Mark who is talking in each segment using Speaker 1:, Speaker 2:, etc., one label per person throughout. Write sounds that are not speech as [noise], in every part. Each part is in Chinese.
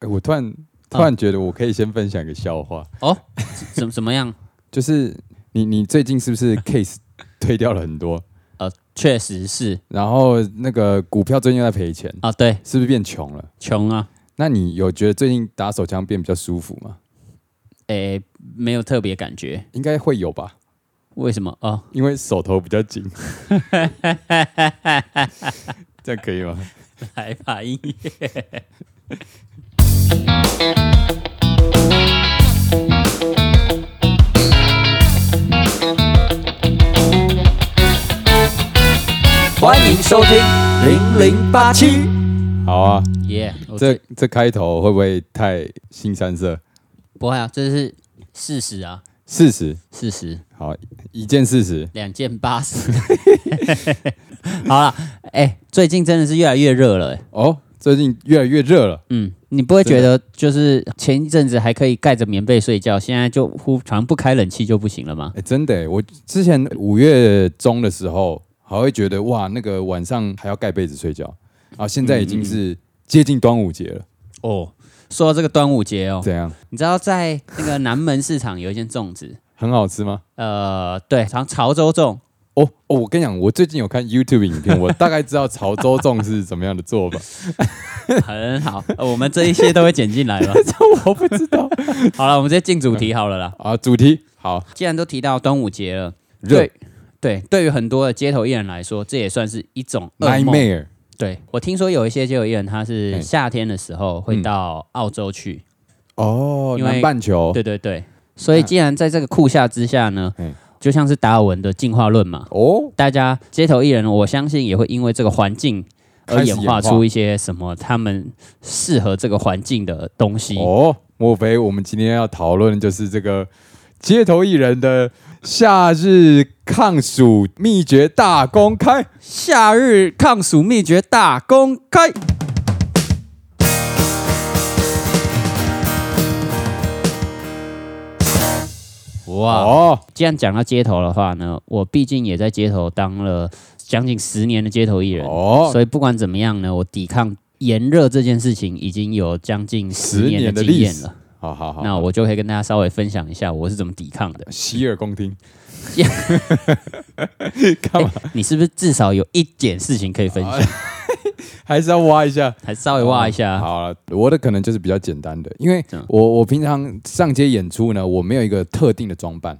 Speaker 1: 哎我突然突然觉得我可以先分享个笑话，
Speaker 2: 哦，怎怎么样？
Speaker 1: 就是你你最近是不是 case [laughs] 推掉了很多，
Speaker 2: 呃，确实是
Speaker 1: 然后那个股票最近又在赔钱，
Speaker 2: 啊，对，
Speaker 1: 是不是变穷了？
Speaker 2: 穷啊，
Speaker 1: 那你有觉得最近打手枪变比较舒服吗？
Speaker 2: 诶，没有特别感觉，
Speaker 1: 应该会有吧，
Speaker 2: 为什么？哦， [laughs]
Speaker 1: 因为手头比较紧。 [laughs] 这样可以吗？
Speaker 2: 来吧，音乐。
Speaker 1: 欢迎收听零零八七。好啊，
Speaker 2: 耶、yeah,，
Speaker 1: 这这开头会不会太新三色？
Speaker 2: 不会啊，这是事实啊，
Speaker 1: 事实，
Speaker 2: 事实，
Speaker 1: 好，一件事实。
Speaker 2: 两件八十。 [laughs] 好了，哎、最近真的是越来越热了、诶
Speaker 1: 哦，最近越来越热了，
Speaker 2: 嗯，你不会觉得就是前一阵子还可以盖着棉被睡觉，现在就忽常不开冷气就不行了吗？
Speaker 1: 哎，真的耶，我之前五月中的时候还会觉得哇，那个晚上还要盖被子睡觉，然后现在已经
Speaker 2: 嗯
Speaker 1: 是接近端午节了，
Speaker 2: 哦，说到这个端午节哦，
Speaker 1: 怎样？
Speaker 2: 你知道在那个南门市场有一间粽子，
Speaker 1: 很好吃吗？
Speaker 2: 呃，对，潮潮州粽， [laughs]
Speaker 1: 哦哦，我跟你讲，我最近有看 YouTube 影片，我大概知道潮州粽是怎么样的做法，
Speaker 2: 很好，呃我们这一些都会剪进
Speaker 1: [laughs]
Speaker 2: 来了。
Speaker 1: 我不知道
Speaker 2: [laughs] 好了，我们直接进主题好了啦。
Speaker 1: 啊。主题好
Speaker 2: 既然都提到端午节了，
Speaker 1: 热
Speaker 2: 对对，对于很多的街头艺人来说，这也算是一种噩梦。
Speaker 1: nightmare，
Speaker 2: 对我听说有一些街头艺人，他
Speaker 1: 嘿
Speaker 2: 是夏天的时候会
Speaker 1: 嗯
Speaker 2: 到澳洲去，
Speaker 1: 哦，
Speaker 2: 因为
Speaker 1: 南半球，
Speaker 2: 对对对，所以既然在这个酷夏之下呢
Speaker 1: 嗯，
Speaker 2: 就像是达尔文的进化论嘛，
Speaker 1: 哦，
Speaker 2: 大家街头艺人，我相信也会因为这个环境而
Speaker 1: 开始
Speaker 2: 演化出一些什么他们适合这个环境的东西。
Speaker 1: 哦，莫非我们今天要讨论的就是这个街头艺人的夏日抗暑秘诀大公开？
Speaker 2: 夏日抗暑秘诀大公开。哇！
Speaker 1: 哦，
Speaker 2: 既然讲到街头的话呢，我毕竟也在街头当了将近十年的街头艺人，
Speaker 1: 哦
Speaker 2: 所以不管怎么样呢，我抵抗炎热这件事情已经有将近十
Speaker 1: 10
Speaker 2: 年
Speaker 1: 年的
Speaker 2: 的
Speaker 1: 历
Speaker 2: 经验
Speaker 1: 史
Speaker 2: 了。
Speaker 1: 好好好，
Speaker 2: 那我就可以跟大家稍微分享一下我是怎么抵
Speaker 1: [laughs]
Speaker 2: 抗的。
Speaker 1: 洗耳恭听。
Speaker 2: [laughs] 你是不是至少有一点事情可以分享？
Speaker 1: 还是要挖一下，
Speaker 2: 还稍微挖一下。
Speaker 1: 哎好了，我的可能就是比较简单的，因为
Speaker 2: 啊这样
Speaker 1: 我我平常上街演出呢，我没有一个特定的装扮，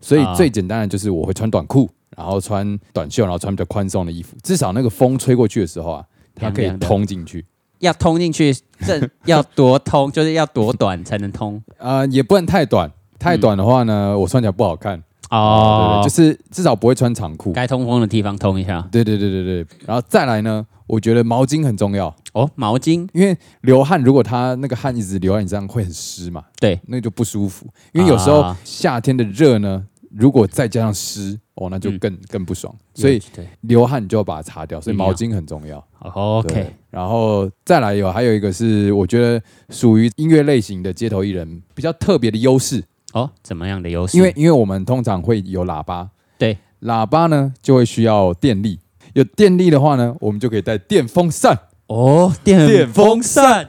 Speaker 1: 所以
Speaker 2: 啊
Speaker 1: 最简单的就是我会穿短裤，然后穿短袖，然后穿比较宽松的衣服，至少那个风吹过去的时候啊，它
Speaker 2: 凉
Speaker 1: 可以
Speaker 2: 凉的
Speaker 1: 通进去。
Speaker 2: 要通进去，这要多通，就是要多短才能
Speaker 1: [laughs]
Speaker 2: 通
Speaker 1: 呃，也不能太短，太短的话呢，我穿起来不好看。
Speaker 2: 嗯哦。
Speaker 1: 对对对
Speaker 2: 就是
Speaker 1: 就是至少不会穿长裤。
Speaker 2: 哦该通风的地方通一下
Speaker 1: 对对对对对，然后再来呢，我觉得毛巾很重要，
Speaker 2: 哦。毛巾，
Speaker 1: 因为流汗，如果它那个汗一直流在你身上，会很湿嘛，
Speaker 2: 对，
Speaker 1: 那就不舒服。因为有时候
Speaker 2: 啊
Speaker 1: 夏天的热呢，如果再加上湿，哦，那就
Speaker 2: 嗯
Speaker 1: 更、更不爽。所以
Speaker 2: 对
Speaker 1: 流汗你就要把它擦掉，所以
Speaker 2: 一定
Speaker 1: 毛
Speaker 2: 要
Speaker 1: 巾很重要。
Speaker 2: 哦
Speaker 1: 对
Speaker 2: ，OK，
Speaker 1: 然后再来有还有一个是，我觉得属于音乐类型的街头艺人比较特别的优势，
Speaker 2: 哦，怎么样的优势？
Speaker 1: 因为因为我们通常会有喇叭，
Speaker 2: 对，
Speaker 1: 喇叭呢就会需要电力，有电力的话呢，我们就可以带电风扇。
Speaker 2: 哦，电
Speaker 1: 电风
Speaker 2: 扇。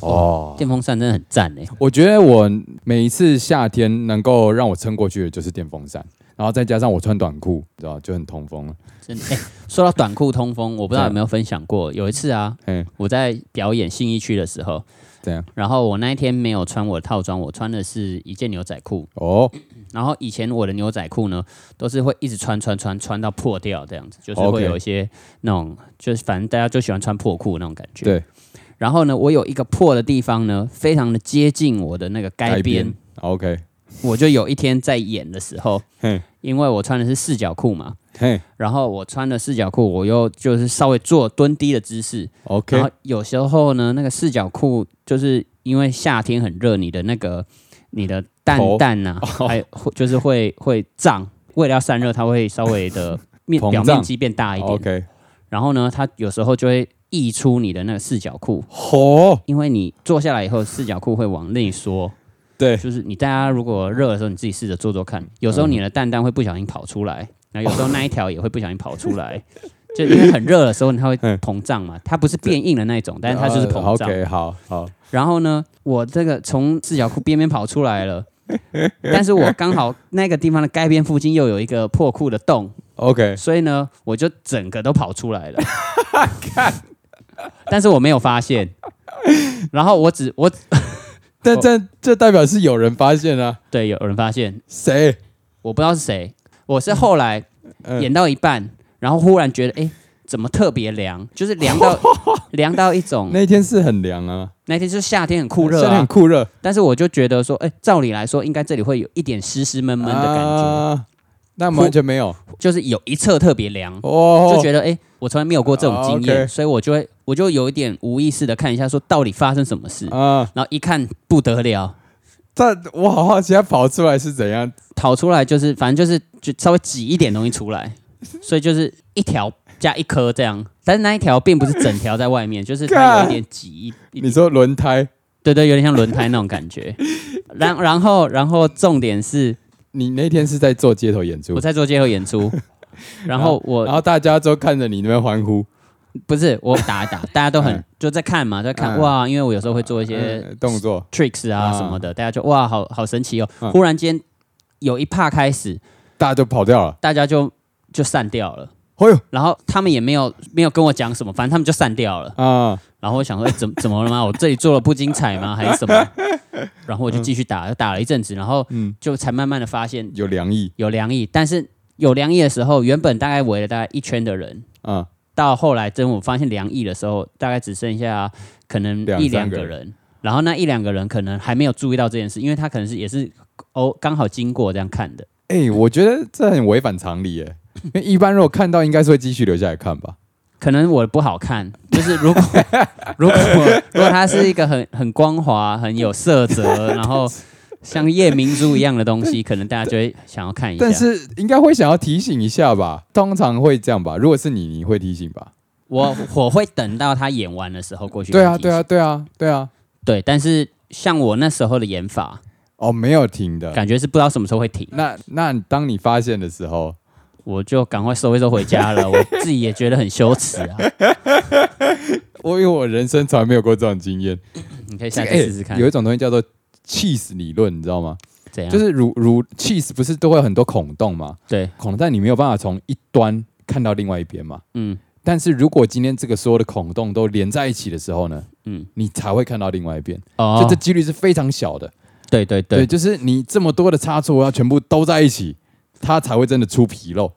Speaker 1: 哦，
Speaker 2: 电风扇真的很赞哎！
Speaker 1: 我觉得我每一次夏天能够让我撑过去的就是电风扇，然后再加上我穿短裤，你知道就很通风了。
Speaker 2: 真的哎，说到短裤通风，我不知道
Speaker 1: 对
Speaker 2: 有没有分享过。有一次啊，
Speaker 1: 嗯，
Speaker 2: 我在表演信义区的时候，
Speaker 1: 怎样？
Speaker 2: 然后我那一天没有穿我的套装，我穿的是一件牛仔裤。
Speaker 1: 哦，
Speaker 2: 然后以前我的牛仔裤呢，都是会一直穿穿穿穿到破掉这样子，就是会
Speaker 1: OK
Speaker 2: 有一些那种就是反正大家就喜欢穿破裤那种感觉。
Speaker 1: 对，
Speaker 2: 然后呢，我有一个破的地方呢，非常的接近我的那个该边。
Speaker 1: ，OK，
Speaker 2: 我就有一天在演的时候
Speaker 1: 嘿，
Speaker 2: 因为我穿的是四角裤嘛，
Speaker 1: 嘿
Speaker 2: 然后我穿了四角裤，我又就是稍微做蹲低的姿势，然
Speaker 1: ，OK，
Speaker 2: 后有时候呢，那个四角裤就是因为夏天很热，你的那个你的蛋
Speaker 1: 头哦
Speaker 2: 蛋呐、还有会就是会会胀，为了要散热，它会稍微的面
Speaker 1: 膨
Speaker 2: 表
Speaker 1: 胀哦
Speaker 2: 面积变大一点。
Speaker 1: OK，
Speaker 2: 然后呢，它有时候就会溢出你的那个四角裤，
Speaker 1: 吼，
Speaker 2: 因为你坐下来以后，四角裤会往内缩。
Speaker 1: 对嗯 [laughs]
Speaker 2: 就是你大家如果热的时候，你自己试着做做看，有时候你的蛋蛋会不小心跑出来，然后有时候那一条也会不小心跑出来，就因为很热的时候它会
Speaker 1: [laughs] 嗯
Speaker 2: 膨胀嘛，它不是变硬的那一种，但是它就是
Speaker 1: 呃
Speaker 2: 膨胀。
Speaker 1: OK，好好，
Speaker 2: 然后呢，我这个从四角裤边边跑出来了，但是我刚好那个地方的该边附近又有一个破裤的洞，
Speaker 1: OK，
Speaker 2: 所以呢，我就整个都跑出来了。但是我没有发现，然后我只我
Speaker 1: 但这这代表是有人发现啊，
Speaker 2: 对有人发现，
Speaker 1: 谁？
Speaker 2: 我不知道是谁，我是后来
Speaker 1: 嗯
Speaker 2: 演到一半，然后忽然觉得哎。怎么特别凉？就是凉到凉到一种，
Speaker 1: 那天是很凉啊，
Speaker 2: 那天就是夏天很酷热
Speaker 1: 真的
Speaker 2: 啊
Speaker 1: 很，酷热
Speaker 2: 但是我就觉得说，哎、照理来说，应该这里会有一点湿湿闷闷的感觉，
Speaker 1: 啊那完全没有
Speaker 2: 就是有一侧特别凉，
Speaker 1: 哦，
Speaker 2: 就觉得哎、我从来没有过这种经
Speaker 1: 啊
Speaker 2: 验，
Speaker 1: ，OK
Speaker 2: 所以我就会我就有一点无意识的看一下，说到底发生什么事，
Speaker 1: 啊，
Speaker 2: 然后一看不得了，
Speaker 1: 但我好好奇他跑出来是怎样，
Speaker 2: 跑出来就是反正就是就稍微挤一点东西出
Speaker 1: [laughs]
Speaker 2: 来，所以就是一条加一颗这样，但是那一条并不是整条在外
Speaker 1: [laughs]
Speaker 2: 面，就是它有一点挤一一
Speaker 1: 你说轮胎，
Speaker 2: 对对，有点像轮胎那种
Speaker 1: [laughs]
Speaker 2: 感觉。然然后然后重点是
Speaker 1: 你那天是在做街头演出
Speaker 2: 我，在做街头演出，然后我
Speaker 1: 然后大家都看着你那边欢呼，
Speaker 2: 不是我打一打，大家
Speaker 1: [laughs]
Speaker 2: 都很就在看嘛，在看
Speaker 1: 嗯
Speaker 2: 哇，因为我有时候会做一些
Speaker 1: 呃动作
Speaker 2: tricks 啊
Speaker 1: 啊
Speaker 2: 什么的，大家就哇，好好神奇哦！
Speaker 1: 嗯
Speaker 2: 忽然间有一趴开始，
Speaker 1: 大家就跑掉了，
Speaker 2: 大家就就散掉了，
Speaker 1: 哎呦
Speaker 2: 然后他们也没有没有跟我讲什么，反正他们就散
Speaker 1: [laughs]
Speaker 2: 掉了。
Speaker 1: 啊，
Speaker 2: 然后我想说，哎怎怎么了吗？我这里做了不精彩吗？还是什
Speaker 1: [laughs]
Speaker 2: 么？然后我就继续打，打了一阵子，然后
Speaker 1: 嗯，
Speaker 2: 就才慢慢的发现
Speaker 1: 有凉意
Speaker 2: 有凉意，但是有凉意的时候，原本大概围了大概一圈的人，
Speaker 1: 啊，
Speaker 2: 到后来真我发现凉意的时候，大概只剩下可能
Speaker 1: 两
Speaker 2: 一
Speaker 1: 三
Speaker 2: 两
Speaker 1: 个
Speaker 2: 个人，然后那一两个人可能还没有注意到这件事，因为他可能是也是哦刚好经过这样看的，
Speaker 1: 哎，我觉得这很违反常理耶，因为一般如果看到应该是会继续留下来看吧，
Speaker 2: 可能我不好看，就是
Speaker 1: [laughs]
Speaker 2: 如果如果如果它是一个很很光滑、很有色泽，然后像夜明珠一样的东西，可能大家就会想要看一下。
Speaker 1: 但是应该会想要提醒一下吧，通常会这样吧，如果是你，你会提醒吧？
Speaker 2: 我我会等到他演完的时候过去。
Speaker 1: 对啊，对啊，，对啊，对啊，
Speaker 2: 对，但是。像我那时候的演法，
Speaker 1: 哦，没有停的。
Speaker 2: 感觉是不知道什么时候会停。
Speaker 1: 那那当你发现的时候，
Speaker 2: 我就赶快收一收回
Speaker 1: [laughs]
Speaker 2: 家了，我自己也觉得很羞耻啊。
Speaker 1: 我因为我人生从来没有过这种经验，
Speaker 2: 你可以
Speaker 1: 这
Speaker 2: 下
Speaker 1: 个
Speaker 2: 次
Speaker 1: 哎
Speaker 2: 试试看，
Speaker 1: 有一种东西叫做 cheese 理论，你知道吗？
Speaker 2: 怎样？
Speaker 1: 就是乳乳 cheese 不是都会有很多孔洞吗？
Speaker 2: 对，
Speaker 1: 孔洞，但你没有办法从一端看到另外一边嘛。
Speaker 2: 嗯
Speaker 1: 但是如果今天这个所有的孔洞都连在一起的时候呢，
Speaker 2: 嗯，
Speaker 1: 你才会看到另外一边，
Speaker 2: 哦
Speaker 1: 就，这几率是非常小的。
Speaker 2: 对对
Speaker 1: 对，
Speaker 2: 对，
Speaker 1: 就是你这么多的差错要全部都在一起，它才会真的出纰漏。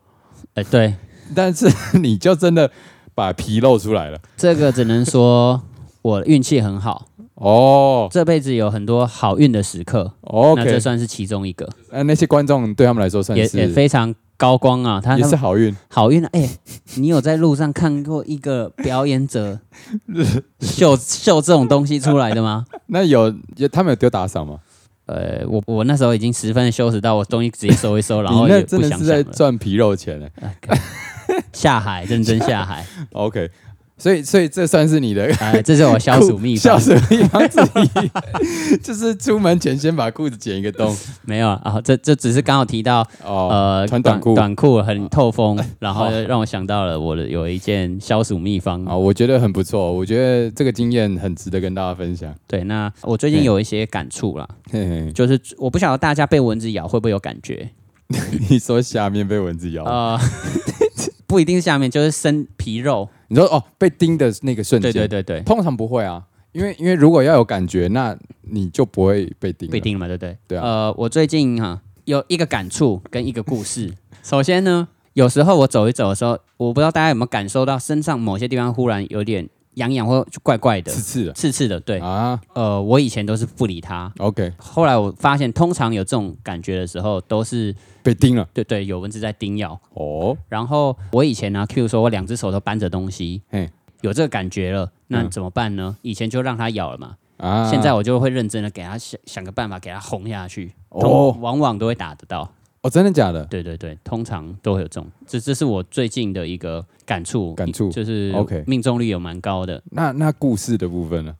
Speaker 2: 哎对，
Speaker 1: 但是你就真的把纰漏出来了。
Speaker 2: 这个只能说我运气很好，
Speaker 1: 哦
Speaker 2: 这辈子有很多好运的时刻，那
Speaker 1: ，OK，
Speaker 2: 这算是其中一个，
Speaker 1: 那那些观众对他们来说算
Speaker 2: 也
Speaker 1: 是
Speaker 2: 也非常高光啊。他
Speaker 1: 也是
Speaker 2: 他
Speaker 1: 好运，
Speaker 2: 好运啊，哎，你有在路上看过一个表演者
Speaker 1: [laughs]
Speaker 2: 秀秀这种东西出来的吗？
Speaker 1: 那有有他们有丢打赏吗？
Speaker 2: 呃，我我那时候已经十分的羞耻到，我东西直接收一收，然
Speaker 1: 你
Speaker 2: 后
Speaker 1: 那
Speaker 2: 也
Speaker 1: 真
Speaker 2: 不
Speaker 1: 的
Speaker 2: 想
Speaker 1: 是
Speaker 2: 想
Speaker 1: 在
Speaker 2: 了。
Speaker 1: 赚皮肉钱呢、
Speaker 2: [laughs] 下海，认真下海。
Speaker 1: OK，所以所以这算是你
Speaker 2: [laughs]
Speaker 1: 的
Speaker 2: 哎，这是我消暑秘
Speaker 1: 消 [laughs]
Speaker 2: 方，
Speaker 1: 暑秘方之一， [laughs] 就是出门前先把裤子剪一个洞
Speaker 2: 没有啊，这这只是刚好提到， [laughs]
Speaker 1: 哦。
Speaker 2: 呃，
Speaker 1: 穿短
Speaker 2: 短
Speaker 1: 裤哦
Speaker 2: 短裤很透风，然后
Speaker 1: 好
Speaker 2: 让我想到了我的有一件消暑秘
Speaker 1: 啊、
Speaker 2: 方。
Speaker 1: 我觉得很不错，我觉得这个经验很值得跟大家分享。 [laughs]
Speaker 2: 对，那我最近
Speaker 1: 嗯
Speaker 2: 有一些感触啦，
Speaker 1: 嘿嘿，
Speaker 2: 就是我不晓得大家被蚊子咬会不会有感觉，
Speaker 1: 你说下面被蚊子咬，
Speaker 2: 呃， [laughs] 不一定是下面，就是身皮肉。
Speaker 1: 你说哦，被叮的那个瞬
Speaker 2: 对
Speaker 1: 间，
Speaker 2: 对对对，
Speaker 1: 通常不会啊，因为因为如果要有感觉，那你就不会被叮了。
Speaker 2: 不一定嘛，对不对？
Speaker 1: 对啊
Speaker 2: 呃，我最近哈、有一个感触跟一个故事。 [laughs] 首先呢，有时候我走一走的时候，我不知道大家有没有感受到身上某些地方忽然有点痒痒或怪怪的
Speaker 1: 刺、刺的
Speaker 2: 刺刺的。对，
Speaker 1: 啊
Speaker 2: 呃，我以前都是不理它，
Speaker 1: ，OK，
Speaker 2: 后来我发现，通常有这种感觉的时候，都是
Speaker 1: 被叮了
Speaker 2: 对对有蚊子在叮咬。
Speaker 1: 哦，
Speaker 2: 然后我以前呢、譬如说我两只手都扳着东西
Speaker 1: 嘿，
Speaker 2: 有这个感觉了，那
Speaker 1: 嗯
Speaker 2: 怎么办呢？以前就让它咬了嘛，
Speaker 1: 啊，
Speaker 2: 现在我就会认真的给它想想个办法，给它轰下去。
Speaker 1: 哦
Speaker 2: 通往往都会打得到。
Speaker 1: 哦，真的假的？
Speaker 2: 对对对，通常都会有中。这这是我最近的一个感触，
Speaker 1: 感触
Speaker 2: 就是
Speaker 1: OK
Speaker 2: 命中率有蛮高的。
Speaker 1: 那那故事的部分呢？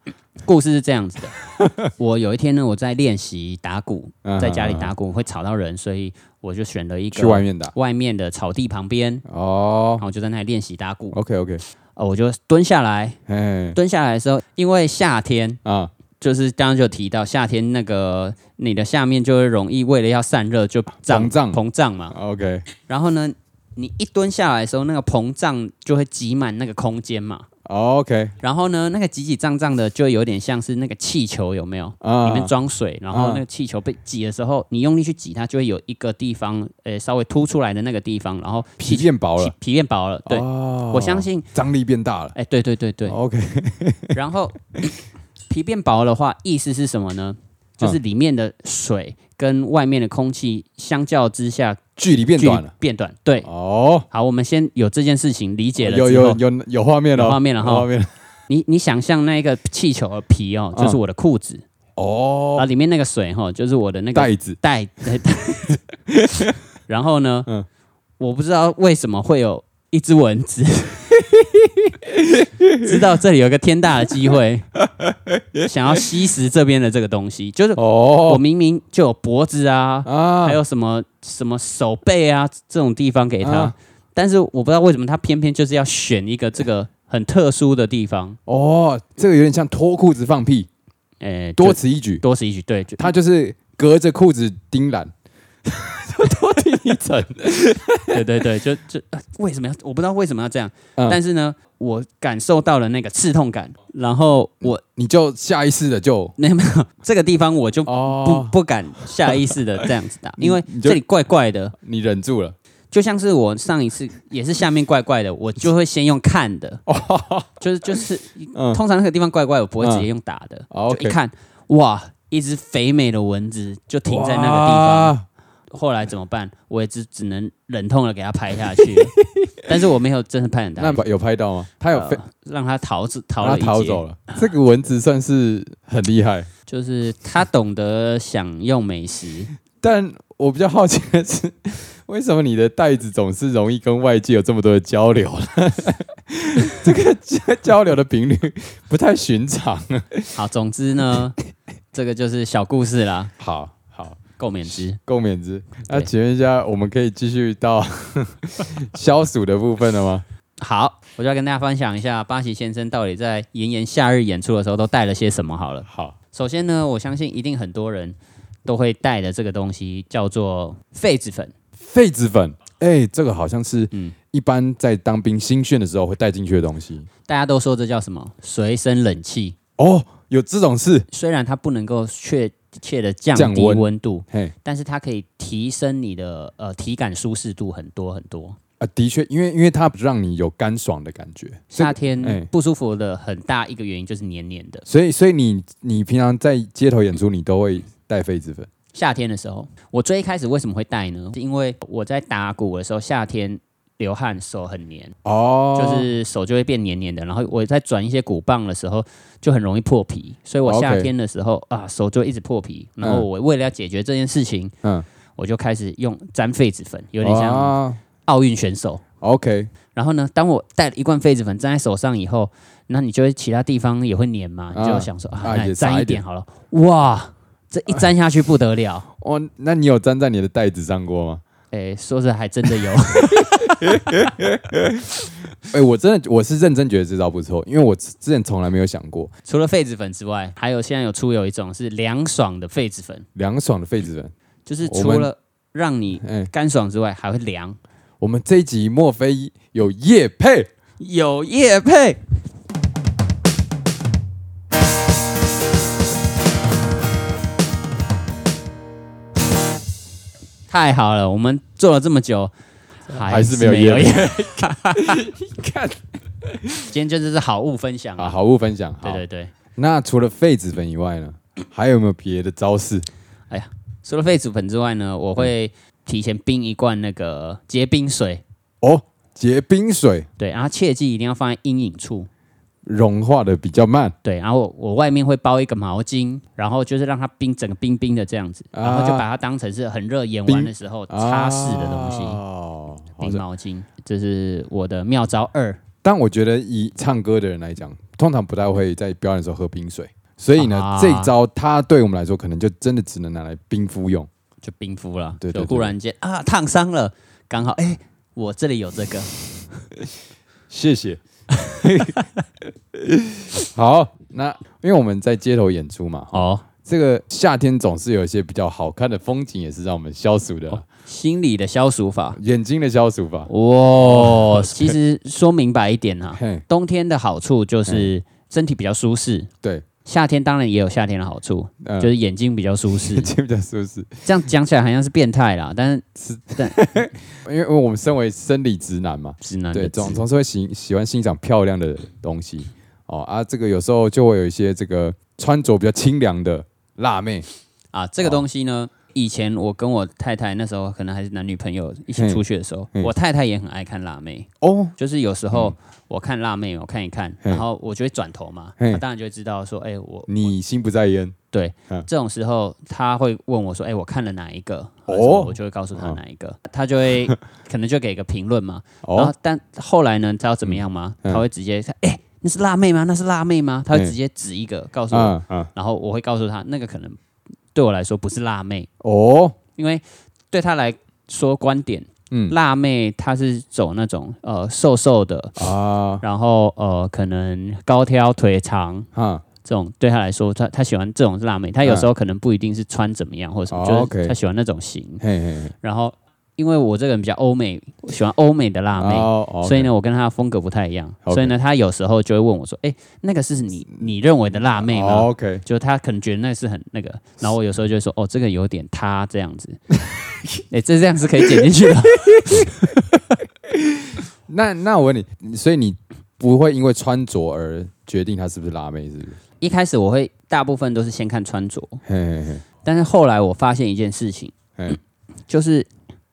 Speaker 2: 故事是这样子的：
Speaker 1: [laughs]
Speaker 2: 我有一天呢，我在练习打鼓
Speaker 1: 嗯，
Speaker 2: 在家里打鼓会吵到人，所以我就选了一
Speaker 1: 去外
Speaker 2: 个
Speaker 1: 面打
Speaker 2: 外面的草地旁边，
Speaker 1: 哦
Speaker 2: 然。后我就在那里练习打鼓。
Speaker 1: OK OK，
Speaker 2: 呃，我就蹲下来，
Speaker 1: 哎
Speaker 2: 蹲下来的时候，因为夏天
Speaker 1: 啊，
Speaker 2: 就是刚刚就有提到夏天那个你的下面就会容易为了要散热就胀
Speaker 1: 膨胀
Speaker 2: 膨胀嘛，
Speaker 1: OK，
Speaker 2: 然后呢，你一蹲下来的时候，那个膨胀就会挤满那个空间嘛。
Speaker 1: 哦 OK，
Speaker 2: 然后呢，那个挤挤胀胀的，就有点像是那个气球，有没有？
Speaker 1: 啊
Speaker 2: 里面装水，然后那个气球被挤的时候，你用力去挤它，就会有一个地方，呃，稍微凸出来的那个地方，然后
Speaker 1: 皮
Speaker 2: 气
Speaker 1: 变薄
Speaker 2: 气
Speaker 1: 了，
Speaker 2: 皮变薄了。对，
Speaker 1: 哦
Speaker 2: 我相信，
Speaker 1: 张力变大了。
Speaker 2: 哎，对对对对。
Speaker 1: OK，
Speaker 2: [laughs] 然后 [coughs] 皮变薄的话，意思是什么呢？就是
Speaker 1: 嗯
Speaker 2: 里面的水跟外面的空气相较之下，
Speaker 1: 距离变
Speaker 2: 距离
Speaker 1: 短了。
Speaker 2: 变短。对，
Speaker 1: 哦，
Speaker 2: 好，我们先有这件事情理解了之后，
Speaker 1: 有有有有画面了，哦
Speaker 2: 有画面了哈
Speaker 1: 有画面了。
Speaker 2: 你你想象那个气球的皮哦，
Speaker 1: 嗯
Speaker 2: 就是我的裤子，啊、
Speaker 1: 哦，
Speaker 2: 里面那个水哈、哦，就是我的那个
Speaker 1: 袋子
Speaker 2: 袋。 [laughs] 然后呢，
Speaker 1: 嗯
Speaker 2: 我不知道为什么会有一只蚊子， [laughs] 知道这里有一个天大的机
Speaker 1: [laughs]
Speaker 2: 会，想要吸食这边的这个东西，就是我
Speaker 1: 哦
Speaker 2: 明明就有脖子啊，
Speaker 1: 啊
Speaker 2: 还有什么什么手背啊这种地方给它，
Speaker 1: 啊
Speaker 2: 但是我不知道为什么它偏偏就是要选一个这个很特殊的地方。
Speaker 1: 哦，这个有点像脱裤子放屁，
Speaker 2: 诶、
Speaker 1: 多
Speaker 2: 哎就
Speaker 1: 此一举。
Speaker 2: 多此一举，对，就
Speaker 1: [laughs] 他就是隔着裤子盯懒，多盯一层。
Speaker 2: [laughs] 对对对，就就、呃为什么要？我不知道为什么要这样，
Speaker 1: 嗯
Speaker 2: 但是呢，我感受到了那个刺痛感，然后我 [laughs]
Speaker 1: 你就下意识的就
Speaker 2: 那没有这个地方我就不、
Speaker 1: 哦，
Speaker 2: 不敢下意识的这样子打，因为
Speaker 1: 你就
Speaker 2: 这里怪怪的，
Speaker 1: 你忍住了。
Speaker 2: 就像是我上一次也是下面怪怪的，我就会先用看
Speaker 1: [laughs]
Speaker 2: 的，就是就是
Speaker 1: 嗯
Speaker 2: 通常那个地方怪怪，我不会直接用打的，
Speaker 1: 哦
Speaker 2: 就一
Speaker 1: OK
Speaker 2: 看哇，一只肥美的蚊子就停在那个地方。
Speaker 1: 哇。
Speaker 2: 后来怎么办？我也只只能忍痛的给他拍
Speaker 1: [laughs]
Speaker 2: 下去，但是我没有真的拍很大，
Speaker 1: 那有拍到吗？他有
Speaker 2: 呃
Speaker 1: 飞，
Speaker 2: 让他逃走，逃
Speaker 1: 他
Speaker 2: 了一
Speaker 1: 逃
Speaker 2: 劫
Speaker 1: 走了。这个蚊子算是很厉害，
Speaker 2: 就是他懂得享用美食，
Speaker 1: 但我比较好奇的是，为什么你的袋子总是容易跟外界有这么多的交流呢？ [laughs] 这个交流的频率不太寻常啊。
Speaker 2: 好，总之呢，这个就是小故事啦，
Speaker 1: [laughs] 好好，
Speaker 2: 够免之。
Speaker 1: 共勉之。那请问一下，我们可以继续 [laughs] 到消暑的部分了吗？
Speaker 2: 好，我就要跟大家分享一下巴西先生到底在炎炎夏日演出的时候都带了些什么好了。
Speaker 1: 好，
Speaker 2: 首先呢，我相信一定很多人都会带的这个东西叫做痱子粉，
Speaker 1: 痱子粉，哎、这个好像是
Speaker 2: 嗯
Speaker 1: 一般在当兵新训的时候会带进去的东西。
Speaker 2: 大家都说这叫什么随身冷气。
Speaker 1: 哦，有这种事？
Speaker 2: 虽然它不能够确切的降
Speaker 1: 降
Speaker 2: 低
Speaker 1: 温
Speaker 2: 温度，
Speaker 1: 嘿
Speaker 2: 但是它可以提升你的呃体感舒适度很多很多。
Speaker 1: 啊，的确，因为因为它让你有干爽的感觉，所以
Speaker 2: 夏
Speaker 1: 哎
Speaker 2: 天不舒服的很大一个原因就是黏黏的。
Speaker 1: 所以，所以你你平常在街头演出，你都会带痱子粉
Speaker 2: 夏天的时候，我最一开始为什么会戴呢？是因为我在打鼓的时候，夏天流汗，手很黏，
Speaker 1: 哦
Speaker 2: 就是手就会变黏黏的。然后我在转一些鼓棒的时候，就很容易破皮，所以我
Speaker 1: 哦 OK
Speaker 2: 夏天的时候啊，手就一直破皮。然后
Speaker 1: 嗯
Speaker 2: 我为了要解决这件事情，
Speaker 1: 嗯，
Speaker 2: 我就开始用沾痱子粉，有点像
Speaker 1: 哦
Speaker 2: 奥运选手。
Speaker 1: OK，
Speaker 2: 然后呢，当我带了一罐痱子粉粘在手上以后，那你就会其他地方也会粘嘛，
Speaker 1: 啊
Speaker 2: 你就想说啊，
Speaker 1: 啊
Speaker 2: 那
Speaker 1: 也
Speaker 2: 你
Speaker 1: 撒
Speaker 2: 粘
Speaker 1: 一
Speaker 2: 一
Speaker 1: 点
Speaker 2: 点好了。哇，这一粘下去不得了，
Speaker 1: 哦，那你有粘在你的袋子上过吗？
Speaker 2: 哎，说是还真的有， [laughs]
Speaker 1: 哎、我真的我是认真觉得这招不错，因为我之之前从来没有想过
Speaker 2: 除了痱子粉之外，还有现在有出有一种是凉爽的痱子粉，
Speaker 1: 凉爽的痱子粉。
Speaker 2: 就是
Speaker 1: 我
Speaker 2: 除
Speaker 1: 们
Speaker 2: 了让你
Speaker 1: 哎、
Speaker 2: 干爽之外，还会凉。
Speaker 1: 我们这一集莫非有叶配？
Speaker 2: 有叶配。太好了，我们做了这么久，还
Speaker 1: 还是没有业
Speaker 2: 业配。 [laughs]
Speaker 1: 看
Speaker 2: 今天真的是好物分享
Speaker 1: 啊，
Speaker 2: 啊！
Speaker 1: 好物分享。好
Speaker 2: 对对对，
Speaker 1: 那除了痱子粉以外呢，还有没有别的招式？
Speaker 2: 除了痱子粉之外呢，我
Speaker 1: 嗯
Speaker 2: 会提前冰一罐那个结冰水，
Speaker 1: 哦，结冰水
Speaker 2: 对，然后切记一定要放在阴影处，
Speaker 1: 融化的比较慢，
Speaker 2: 对，然后我我外面会包一个毛巾，然后就是让它冰，整个冰冰的这样子，
Speaker 1: 啊
Speaker 2: 然后就把它当成是很热演完的时候擦拭的东西，
Speaker 1: 哦，好
Speaker 2: 冰毛巾，这是我的妙招二。
Speaker 1: 但我觉得以唱歌的人来讲，通常不太会在表演的时候喝冰水，所以呢
Speaker 2: 啊，
Speaker 1: 这一招它对我们来说，可能就真的只能拿来冰敷用。
Speaker 2: 就冰敷了，
Speaker 1: 对对
Speaker 2: 就
Speaker 1: 对
Speaker 2: 忽然间啊烫伤了，刚好哎、我这里有这个，
Speaker 1: 谢谢。 [laughs] 好，那因为我们在街头演出嘛，
Speaker 2: 哦，
Speaker 1: 这个夏天总是有一些比较好看的风景，也是让我们消暑的
Speaker 2: 哦
Speaker 1: 啦，
Speaker 2: 心理的消暑法，
Speaker 1: 眼睛的消暑吧。
Speaker 2: 哦哇，其实说明白一点啊，
Speaker 1: 嘿，
Speaker 2: 冬天的好处
Speaker 1: 嗯
Speaker 2: 就是身体比较舒适，
Speaker 1: 对，
Speaker 2: 夏天当然也有夏天的好处，
Speaker 1: 嗯
Speaker 2: 就是眼睛比较舒
Speaker 1: [laughs]
Speaker 2: 适
Speaker 1: 眼。睛比较舒适，
Speaker 2: 这样讲起来好像是变态啦，但是
Speaker 1: 因为我们身为生理直男嘛，
Speaker 2: 直男
Speaker 1: 对，
Speaker 2: 的
Speaker 1: 总
Speaker 2: 直
Speaker 1: 总是会喜喜欢欣赏漂亮的东西哦啊，这个有时候就会有一些这个穿着比较清凉的辣妹，
Speaker 2: 啊，这个东西呢，以前我跟我太太那时候可能还是男女朋友一起出去的时候，
Speaker 1: 嗯嗯
Speaker 2: 我太太也很爱看辣妹，
Speaker 1: 哦，
Speaker 2: 就是有时候我看辣妹，我看一看，
Speaker 1: 嗯
Speaker 2: 然后我就会转头嘛，
Speaker 1: 嗯
Speaker 2: 她当然就会知道说，哎，我
Speaker 1: 你心不在焉，
Speaker 2: 对
Speaker 1: 嗯
Speaker 2: 这种时候，她会问我说，哎，我看了哪一个？
Speaker 1: 哦
Speaker 2: 哦，我就会告诉她哪一个，她就会可能就给个评论嘛，然后
Speaker 1: 哦，
Speaker 2: 但后来呢，知道怎么样吗？
Speaker 1: 嗯
Speaker 2: 他会直接看，哎、那是辣妹吗？那是辣妹吗？他会
Speaker 1: 嗯
Speaker 2: 直接指一啊个告诉我，
Speaker 1: 嗯嗯，
Speaker 2: 然后我会告诉他，那个可能对我来说不是辣妹，
Speaker 1: 哦，
Speaker 2: 因为对他来说观点，
Speaker 1: 嗯
Speaker 2: 辣妹她是走那种呃瘦瘦的，
Speaker 1: 啊，
Speaker 2: 然后呃可能高挑腿长。 [laughs]
Speaker 1: 哈，
Speaker 2: 这种对他来说，他他喜欢这种辣妹，他有
Speaker 1: 嗯
Speaker 2: 时候可能不一定是穿怎么样或者什么，
Speaker 1: 哦
Speaker 2: 就是
Speaker 1: OK
Speaker 2: 他喜欢那种型。
Speaker 1: 嘿嘿嘿，
Speaker 2: 然后，因为我这个人比较欧美，我喜欢欧美的辣妹，
Speaker 1: 哦哦，
Speaker 2: 所以呢，我跟他的风格不太一样，
Speaker 1: OK
Speaker 2: 所以呢，他有时候就会问我说：“哎、那个是你你认为的辣妹吗？”
Speaker 1: 哦，OK，
Speaker 2: 就他可能觉得那是很
Speaker 1: [laughs]
Speaker 2: 那个，然后我有时候就会说：“哦，这个有点塌这样子。 [laughs] 哎、这这样是可以剪进去的。 [laughs]
Speaker 1: 那那我问你，所以你不会因为穿着而决定她是不是辣妹，是不是？
Speaker 2: 一开始我会大部分都是先看穿着，
Speaker 1: 嘿嘿嘿，
Speaker 2: [laughs] 但是后来我发现一件事情，
Speaker 1: 嗯
Speaker 2: [clears throat] 就是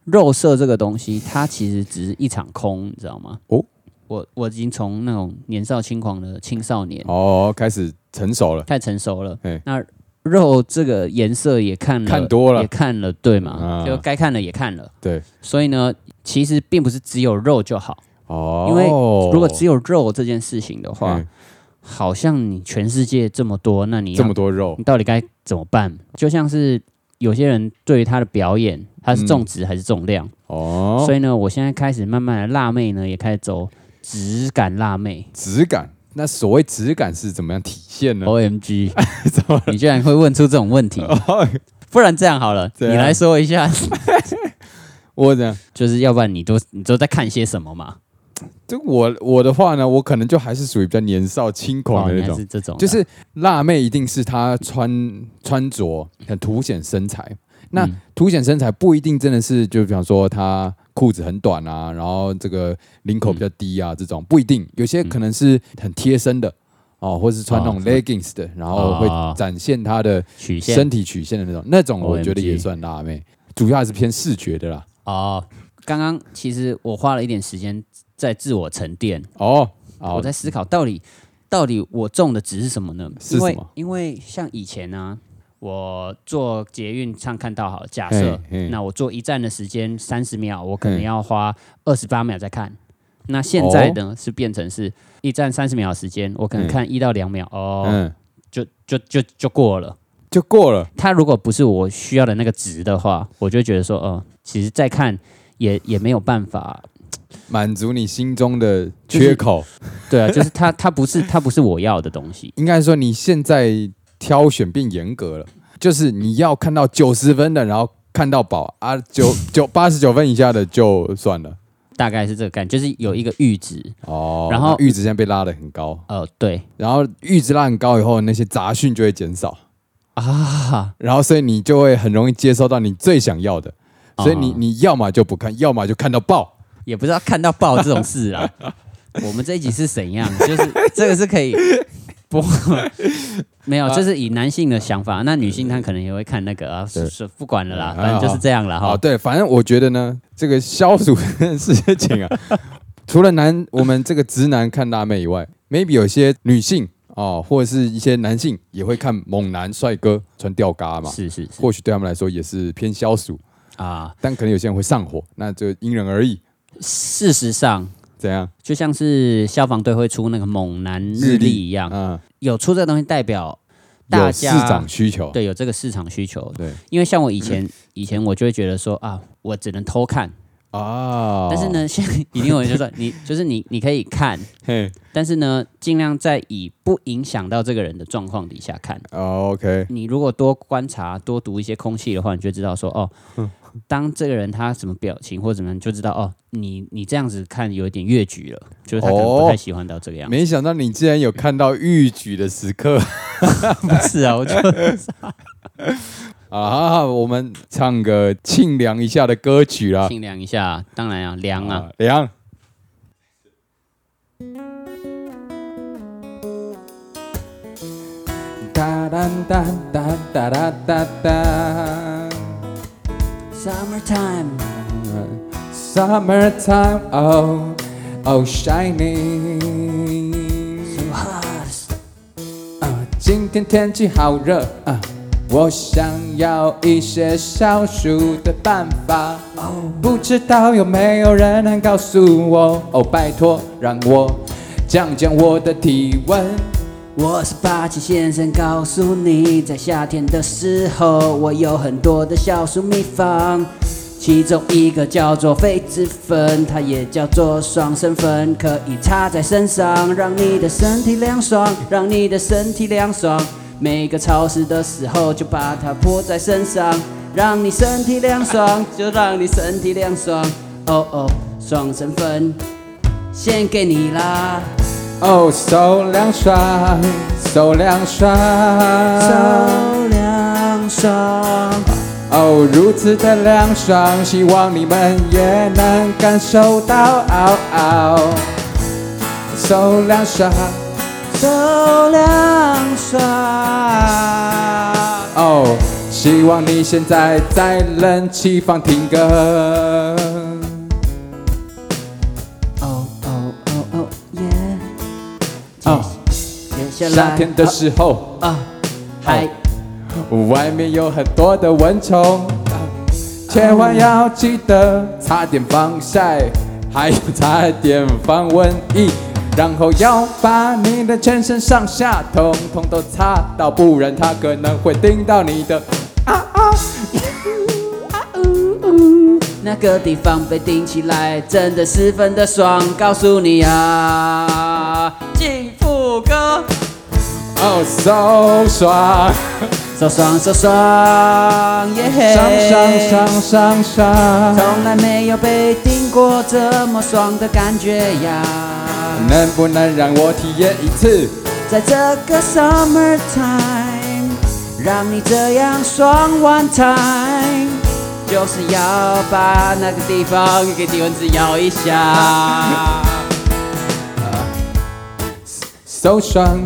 Speaker 2: 肉色这个东西，它其实只是一场空，你知道吗？
Speaker 1: 哦，
Speaker 2: 我我已经从那种年少轻狂的青少年
Speaker 1: 哦，开始成熟了，
Speaker 2: 太成熟了
Speaker 1: 嘿。
Speaker 2: 那肉这个颜色也看了，
Speaker 1: 看多了
Speaker 2: 也看了，对嘛？
Speaker 1: 啊
Speaker 2: 就该看的也看了。
Speaker 1: 对，
Speaker 2: 所以呢，其实并不是只有肉就好。
Speaker 1: 哦，
Speaker 2: 因为如果只
Speaker 1: 有
Speaker 2: 有肉这件事情的话，好像你全世界这么多，那你要啊
Speaker 1: 这么多肉
Speaker 2: 你，到底该怎么办？就像是有些人对于他的表演，他是重质还是重量？
Speaker 1: 嗯哦，
Speaker 2: 所以呢，我现在开始慢慢的辣妹呢，也开始走质感辣妹。
Speaker 1: 质感。那所谓质感是怎么样体现呢？
Speaker 2: O
Speaker 1: [laughs]
Speaker 2: M G，你居然会问出这种问题？不然这样好了，你
Speaker 1: 哦怎样
Speaker 2: 来说一下， [laughs]
Speaker 1: 我这样，
Speaker 2: 就是要不然你都你都在看些什么嘛？
Speaker 1: 就我我的话呢，我可能就还是属于比较年少轻狂
Speaker 2: 哦
Speaker 1: 的
Speaker 2: 你
Speaker 1: 那
Speaker 2: 还
Speaker 1: 种，
Speaker 2: 是这种的，
Speaker 1: 就是辣妹一定是她穿穿着很凸显身材，那、
Speaker 2: 嗯
Speaker 1: 凸显身材不一定真的是，就比方说她裤子很短啊，然后这个领口比较低啊，这种不一定，有些可能是很贴身的。哦，或是穿那种
Speaker 2: 哦
Speaker 1: leggings 的，然后
Speaker 2: 哦
Speaker 1: 会展现她的
Speaker 2: 曲线
Speaker 1: 身体曲线的那种，那种我觉得
Speaker 2: OMG
Speaker 1: 也算辣妹，主要还是偏视觉的啦。
Speaker 2: 哦。刚刚其实我花了一点时间在自我沉淀，
Speaker 1: 哦，哦
Speaker 2: 我在思考到底到底我中的值是什么呢？
Speaker 1: 是
Speaker 2: 因为
Speaker 1: 什么
Speaker 2: 因为像以前呢、我坐捷运上看到好了，假设
Speaker 1: 嘿嘿
Speaker 2: 那我坐一站的时间三十秒，我可能
Speaker 1: 嘿
Speaker 2: 要花二十八秒在看。那现在呢、是变成是一站三十秒的时间，我可能
Speaker 1: 嗯
Speaker 2: 看一到两秒哦，
Speaker 1: 嗯，
Speaker 2: 就就就就过了。
Speaker 1: 就过了。
Speaker 2: 它如果不是我需要的那个值的话，我就会觉得说，哦、其实再看也也没有办法。
Speaker 1: 满足你心中的缺口。
Speaker 2: 对啊，就是它它不是它不是我要的东西。
Speaker 1: 应该说你现在挑选变严格了，就是你要看到九十分的，然后看到饱啊，九 [laughs] 九八十九分以下的就算了。
Speaker 2: 大概是这个感觉，就是有一个阈值。
Speaker 1: 哦，
Speaker 2: 然后
Speaker 1: 阈值现在被拉得很高，
Speaker 2: 呃，对
Speaker 1: 然后阈值拉很高以后，那些杂讯就会减少，
Speaker 2: 啊，
Speaker 1: 然后所以你就会很容易接收到你最想要的，所以你
Speaker 2: 啊
Speaker 1: 你要么就不看，要么就看到爆。
Speaker 2: 也不知道看到爆这种事啊。我们这一集是怎样？就是这个是可以 [laughs] 不没有，就是以男性的想法，那女性她可能也会看那个啊，是是不管了啦，
Speaker 1: 嗯
Speaker 2: 反正就是这样了
Speaker 1: 啊，
Speaker 2: 哈。
Speaker 1: 对，反正我觉得呢，这个消暑这件事情啊，除了男我们这个直男看辣妹以外，maybe 有些女性哦，或者是一些男性也会看猛男帅哥穿吊嘎嘛，
Speaker 2: 是是是
Speaker 1: 或许对他们来说也是偏消暑，
Speaker 2: 啊，
Speaker 1: 但可能有些人会上火，那就因人而异。
Speaker 2: 事实上。
Speaker 1: 怎样？
Speaker 2: 就像是消防队会出那个猛男日历一样，
Speaker 1: 嗯，
Speaker 2: 有出这个东西代表大
Speaker 1: 有市
Speaker 2: 家
Speaker 1: 场需求，
Speaker 2: 对有这个市场需求。
Speaker 1: 对
Speaker 2: 因为像我以前以前我就会觉得说啊，我只能偷看，
Speaker 1: 啊，
Speaker 2: 但是，呢，现在一定有人就说你 [laughs] 就是你你可以看，
Speaker 1: 嘿
Speaker 2: 但是呢，尽量在以不影响到这个人的状况底下看。
Speaker 1: 哦，OK，
Speaker 2: 你如果多观察、多读一些空气的话，你就知道说哦，当这个人他什么表情或怎么样，你就知道哦，你你这样子看有一点越矩了，就是他可能
Speaker 1: 哦
Speaker 2: 不太喜欢到这个样子。
Speaker 1: 没想到你竟然有看到欲举的时刻
Speaker 2: 不是啊，我就 [laughs]
Speaker 1: 啊！我们唱个清凉一下的歌曲啦，
Speaker 2: 尽量一下，当然啊，量啊，，
Speaker 1: 凉。哒哒哒哒哒哒哒哒
Speaker 2: Summertime，
Speaker 1: ，Summertime oh oh shining，
Speaker 2: 哇
Speaker 1: 啊，今天天气好热啊，我想要一些消暑的办法。不知道有没有人能告诉我？哦，拜托让我降降我的体温。
Speaker 2: 我是八旗先生，告诉你，在夏天的时候，我有很多的消暑秘方，其中一个叫做痱子粉，它也叫做爽身粉，可以擦在身上，让你的身体凉爽，让你的身体凉爽。每个潮湿的时候，就把它泼在身上，让你身体凉爽，就让你身体凉爽。哦哦，爽身粉，献给你啦。
Speaker 1: 哦，手凉爽，手凉爽，
Speaker 2: 手凉爽，
Speaker 1: 哦，如此的凉爽，希望你们也能感受到。哦哦手凉爽，
Speaker 2: 手凉爽，
Speaker 1: 哦，希望你现在在冷气房停歌。
Speaker 2: 哦哦哦哦耶！
Speaker 1: 哦，
Speaker 2: 接下来
Speaker 1: 夏天的时候。
Speaker 2: 啊，嗨、
Speaker 1: 外面有很多的蚊虫，千万要记得擦点防晒，还有擦点防蚊液，然后要把你的全身上下通通都擦到，不然它可能会叮到你的。
Speaker 2: 那个地方被顶起来，真的十分的爽，告诉你啊，进副歌，
Speaker 1: 哦，手爽，
Speaker 2: 手爽手爽，耶、
Speaker 1: 爽爽爽爽爽，
Speaker 2: 从来没有被顶过这么爽的感觉呀！
Speaker 1: 能不能让我体验一次？
Speaker 2: 在这个 summer time，让你这样爽 one time，就是要把那个地方给低蚊子咬一下。
Speaker 1: 手爽，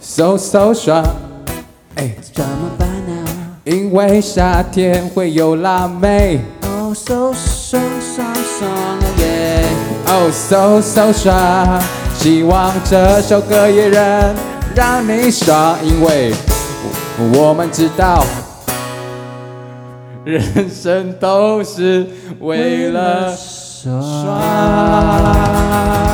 Speaker 1: 手手爽。
Speaker 2: 怎么办啊？
Speaker 1: 因为夏天会有辣妹，
Speaker 2: 哦，手手爽爽哦耶！
Speaker 1: 哦，so so 爽，希望这首歌也能让你爽，因为我我们知道，人生都是为了
Speaker 2: 爽 Ah,
Speaker 1: 爽。
Speaker 2: ah,